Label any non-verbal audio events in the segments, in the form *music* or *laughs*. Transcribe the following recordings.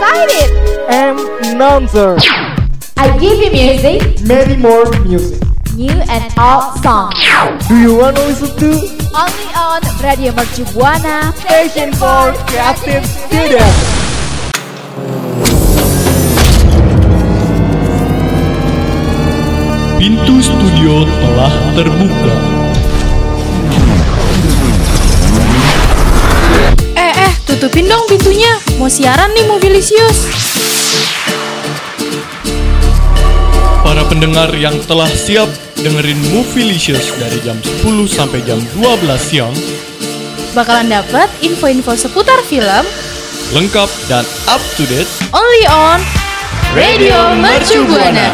write it. M. Nonser. I give you music, Many more music. new and old songs. Do you want to listen to Only on Radio Mercu Buana. Station for Creative Students? Pintu studio telah terbuka. Eh, eh, tutupin dong pintunya. Mau siaran nih Mobilisius. Para pendengar yang telah siap dengerin Movie Licious dari jam 10 sampai jam 12 siang, Bakalan dapet info-info seputar film lengkap dan up to date only on Radio Mercu Buana.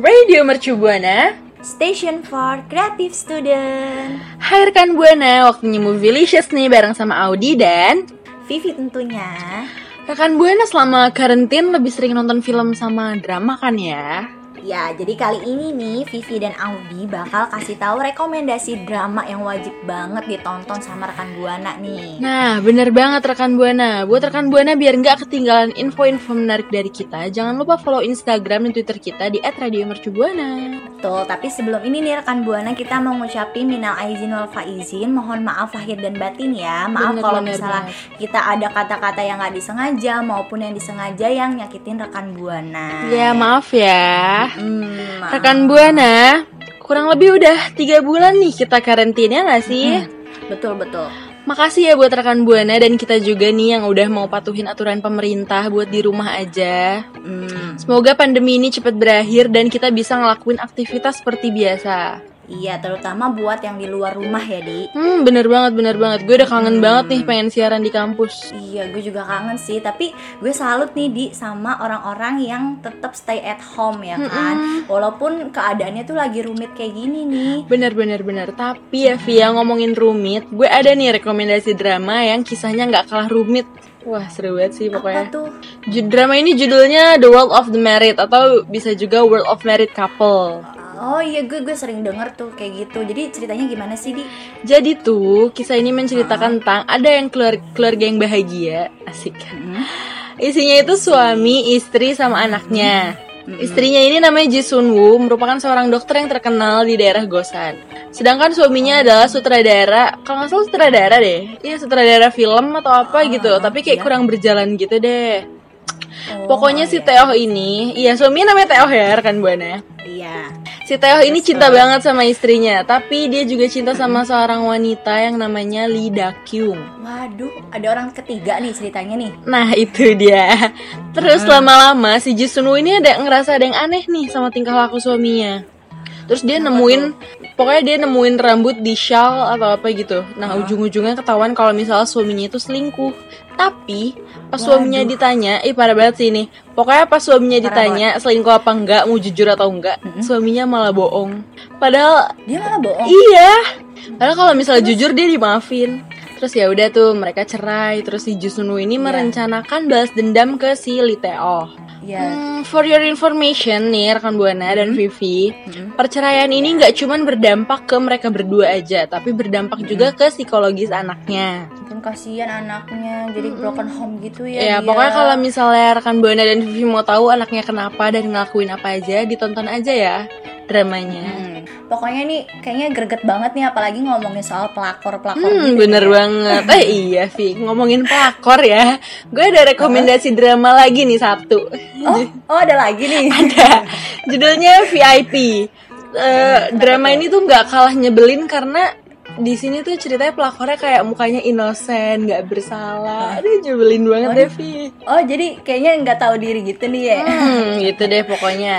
Radio Mercu Buana, Station for Creative Student. Hai rekan Buana, waktunya movie licious nih bareng sama Audi dan Vivi tentunya. rekan Buana selama karantin lebih sering nonton film sama drama kan ya? Ya, jadi kali ini nih Vivi dan Audi bakal kasih tahu rekomendasi drama yang wajib banget ditonton sama rekan Buana nih. Nah, bener banget rekan Buana. Buat rekan Buana biar nggak ketinggalan info-info menarik dari kita, jangan lupa follow Instagram dan Twitter kita di @radiomercubuana. Betul, tapi sebelum ini nih rekan Buana kita mau ngucapin minal aizin wal faizin, mohon maaf lahir dan batin ya. Maaf Bener, kalau bener misalnya kita ada kata-kata yang nggak disengaja maupun yang disengaja yang nyakitin rekan Buana. Ya, maaf ya. Hmm, maaf. Rekan Buana, kurang lebih udah tiga bulan nih kita karantinnya nggak sih? Betul, betul. Makasih ya buat rekan Buana dan kita juga nih yang udah mau patuhin aturan pemerintah buat di rumah aja. Hmm, Semoga pandemi ini cepat berakhir dan kita bisa ngelakuin aktivitas seperti biasa. iya, terutama buat yang di luar rumah ya, Di. Hmm, bener banget, bener banget. Gue udah kangen banget nih pengen siaran di kampus. Iya, gue juga kangen sih. Tapi gue salut nih di sama orang-orang yang tetap stay at home ya kan. Walaupun keadaannya tuh lagi rumit kayak gini nih. Bener, bener, bener. Tapi ya Via ngomongin rumit, gue ada nih rekomendasi drama yang kisahnya nggak kalah rumit. Wah, seru banget sih Apa pokoknya. tuh? Ju- Drama ini judulnya The World of the Married atau bisa juga World of Married Couple. Oh iya, gue gue sering denger tuh kayak gitu. Jadi ceritanya gimana sih di? Jadi tuh kisah ini menceritakan tentang ada yang keluar- keluarga yang bahagia, asik. Isinya itu suami, istri, sama anaknya. Istrinya ini namanya Ji Sun Woo, merupakan seorang dokter yang terkenal di daerah Gosan. Sedangkan suaminya adalah sutradara, kalau nggak salah sutradara deh, iya sutradara film atau apa gitu, tapi kayak kurang berjalan gitu deh. Oh, Pokoknya si Teoh ini, iya suaminya namanya Teoh ya rekan buana. Iya. Si Teo ini cinta banget sama istrinya, tapi dia juga cinta sama seorang wanita yang namanya Lee Dakyung. Waduh, ada orang ketiga nih ceritanya nih. Nah, itu dia. Terus lama-lama si Jisunwoo ini ada ngerasa ada yang aneh nih sama tingkah laku suaminya. Terus dia nemuin, pokoknya dia nemuin rambut di shawl atau apa gitu. Nah, ujung-ujungnya ketahuan kalau misalnya suaminya itu selingkuh. Tapi pas suaminya ditanya, ih parah banget sih ini. Pokoknya pas suaminya ditanya selingkuh apa enggak, mau jujur atau enggak, suaminya malah bohong. Padahal Dia malah bohong. Iya. Padahal kalau misalnya jujur dia dimaafin. Terus ya udah tuh mereka cerai. Terus si Jusunu ini merencanakan balas dendam ke si Liteo. Iya. Hmm. Hmm, for your information nih rekan Buana dan Vivi, perceraian ini nggak cuman berdampak ke mereka berdua aja, tapi berdampak Hmm. juga ke psikologis anaknya. Mungkin kasihan anaknya jadi broken home gitu Ya, ya. dia. pokoknya kalau misalnya rekan Buana dan Vivi mau tahu anaknya kenapa dan ngelakuin apa aja, ditonton aja ya dramanya. Hmm, Pokoknya nih kayaknya greget banget nih apalagi ngomongin soal pelakor-pelakor gitu ya. Hmm, bener banget. Eh iya, Vi. Ngomongin pelakor ya. Gue ada rekomendasi drama lagi nih satu. Oh, oh ada lagi *laughs* nih. Ada. Judulnya VIP. Eh, drama ini tuh nggak kalah nyebelin karena di sini tuh ceritanya pelakornya kayak mukanya inosen, nggak bersalah. Aduh, nyebelin banget deh, Vi. Oh, jadi kayaknya nggak tahu diri gitu nih ya. Hmm, Ah. gitu deh pokoknya.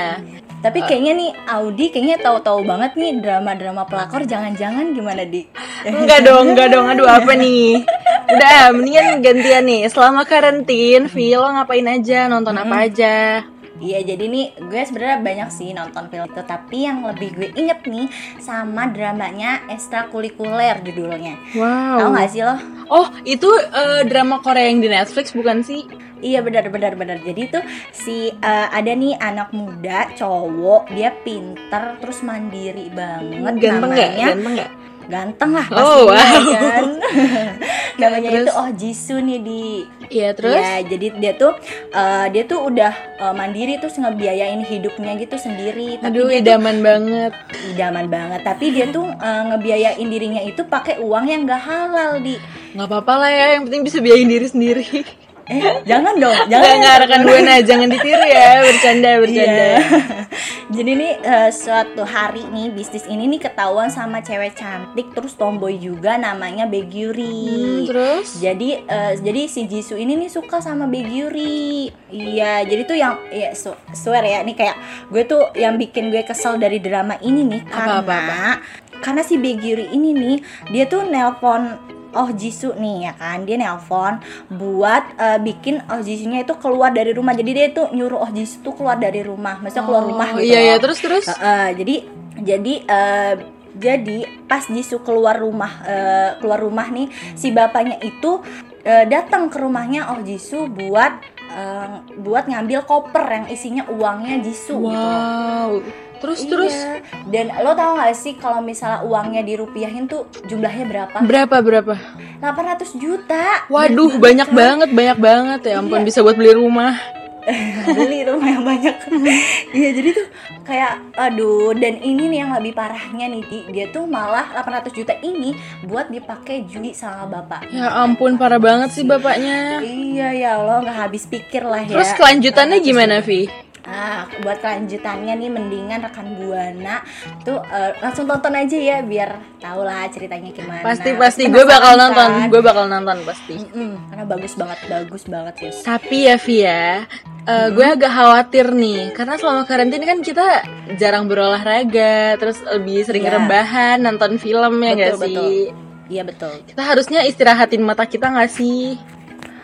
Tapi kayaknya nih Audi kayaknya tahu-tahu banget nih drama-drama pelakor jangan-jangan gimana di? *laughs* Enggak dong, enggak dong. Aduh, apa nih? Udah, mendingan gantian nih. Selama karantin, Vi, lo ngapain aja? Nonton apa aja? Iya, jadi nih gue sebenarnya banyak sih nonton film itu, tapi yang lebih gue inget nih sama dramanya ekstrakurikuler judulnya. Wow. Tahu nggak sih lo? Oh, itu eh, drama Korea yang di Netflix bukan sih? Iya benar benar benar. Jadi tuh si eh, ada nih anak muda cowok dia pinter terus mandiri banget Ganteng nggak? namanya. Ganteng nggak? Ganteng lah Oh, *laughs* pastinya wow. kan namanya Terus? itu Oh Jisoo nih di Iya, terus? ya jadi dia tuh eh, dia tuh udah eh, mandiri terus ngebiayain hidupnya gitu sendiri tapi Aduh, dia tuh idaman banget. idaman banget tapi dia tuh eh, ngebiayain dirinya itu pakai uang yang gak halal di Nggak apa-apa lah ya, yang penting bisa biayain diri sendiri. eh jangan dong jangan Jangan nggak rekan gue nah, jangan ditiru ya, bercanda bercanda. *laughs* Iya. Jadi nih eh, suatu hari nih bisnis ini nih ketahuan sama cewek cantik terus tomboy juga namanya Hmm, Begyuri. terus? Jadi eh, jadi si Jisoo ini nih suka sama Begyuri. Iya, jadi tuh yang ya su- swear ya nih kayak gue tuh yang bikin gue kesel dari drama ini nih karena Apa, apa, karena si Begyuri ini nih dia tuh nelpon Oh Jisoo nih ya kan dia nelpon buat eh, bikin Oh Jisoo-nya itu keluar dari rumah jadi dia tuh nyuruh Oh Jisoo tuh keluar dari rumah maksudnya keluar rumah Oh, gitu Iya iya loh. terus terus. Heeh, Eh, jadi jadi eh, jadi pas Jisoo keluar rumah eh, keluar rumah nih si bapaknya itu eh, datang ke rumahnya Oh Jisoo buat eh, buat ngambil koper yang isinya uangnya Jisoo gitu. loh. Wow. Terus terus Iya. Dan lo tau gak sih kalau misalnya uangnya dirupiahin tuh jumlahnya berapa? berapa berapa? 800 juta. Waduh, Iya. banyak banget, banyak banget ya ampun bisa buat beli rumah. *laughs* beli rumah yang banyak *laughs* iya jadi tuh kayak aduh dan ini nih yang lebih parahnya nih Di. dia tuh malah 800 juta ini buat dipakai judi sama bapak Ya ampun, parah banget sih bapaknya. iya ya Allah nggak habis pikir lah ya Terus kelanjutannya gimana, Vi? Ah, buat kelanjutannya nih mendingan rekan buana tuh eh, langsung tonton aja ya biar tau lah ceritanya gimana Pasti pasti gue bakal Penasaran nonton, kan? gue bakal nonton pasti. Mm-mm, karena bagus banget bagus banget ya Tapi ya Vi ya, eh, gue agak khawatir nih karena selama karantina kan kita jarang berolahraga, terus lebih sering Iya. rebahan, nonton film ya nggak sih? iya betul Kita harusnya istirahatin mata kita nggak sih?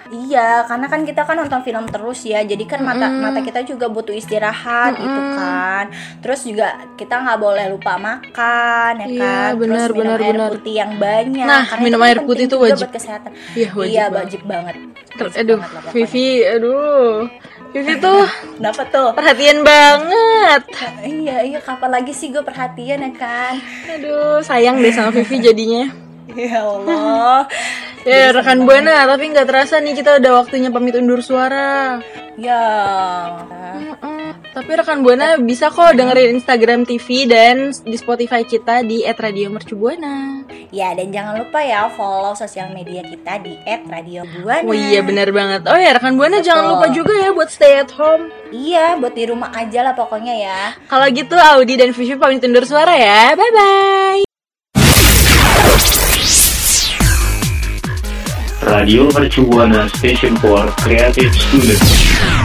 Iya, karena kan kita kan nonton film terus ya, jadi kan mata mata kita juga butuh istirahat gitu kan. Terus juga kita nggak boleh lupa makan ya Iya, kan. benar, terus minum benar, air benar. putih yang banyak. Nah, karena minum itu kan air putih penting tuh juga wajib. buat kesehatan. Iya, wajib iya, banget. wajib banget. Ter- Wajib aduh, banget lah pokoknya. Vivi, aduh, Vivi tuh Kenapa tuh? perhatian banget. Iya, iya kapan lagi sih gue perhatian ya kan. Aduh, sayang deh sama Vivi jadinya. Ya Allah. Ya rekan buana, tapi nggak terasa nih kita udah waktunya pamit undur suara. ya. Tapi rekan buana bisa kok dengerin Instagram TV dan di Spotify kita di @radiomercubuana. Ya, dan jangan lupa ya follow sosial media kita di @radiobuana. Oh iya benar banget. Oh ya rekan buana jangan lupa juga ya buat stay at home. Iya, buat di rumah aja lah pokoknya ya. Kalau gitu Audi dan Vivi pamit undur suara ya. Bye bye. Radio Mercubuana Station for Creative Students.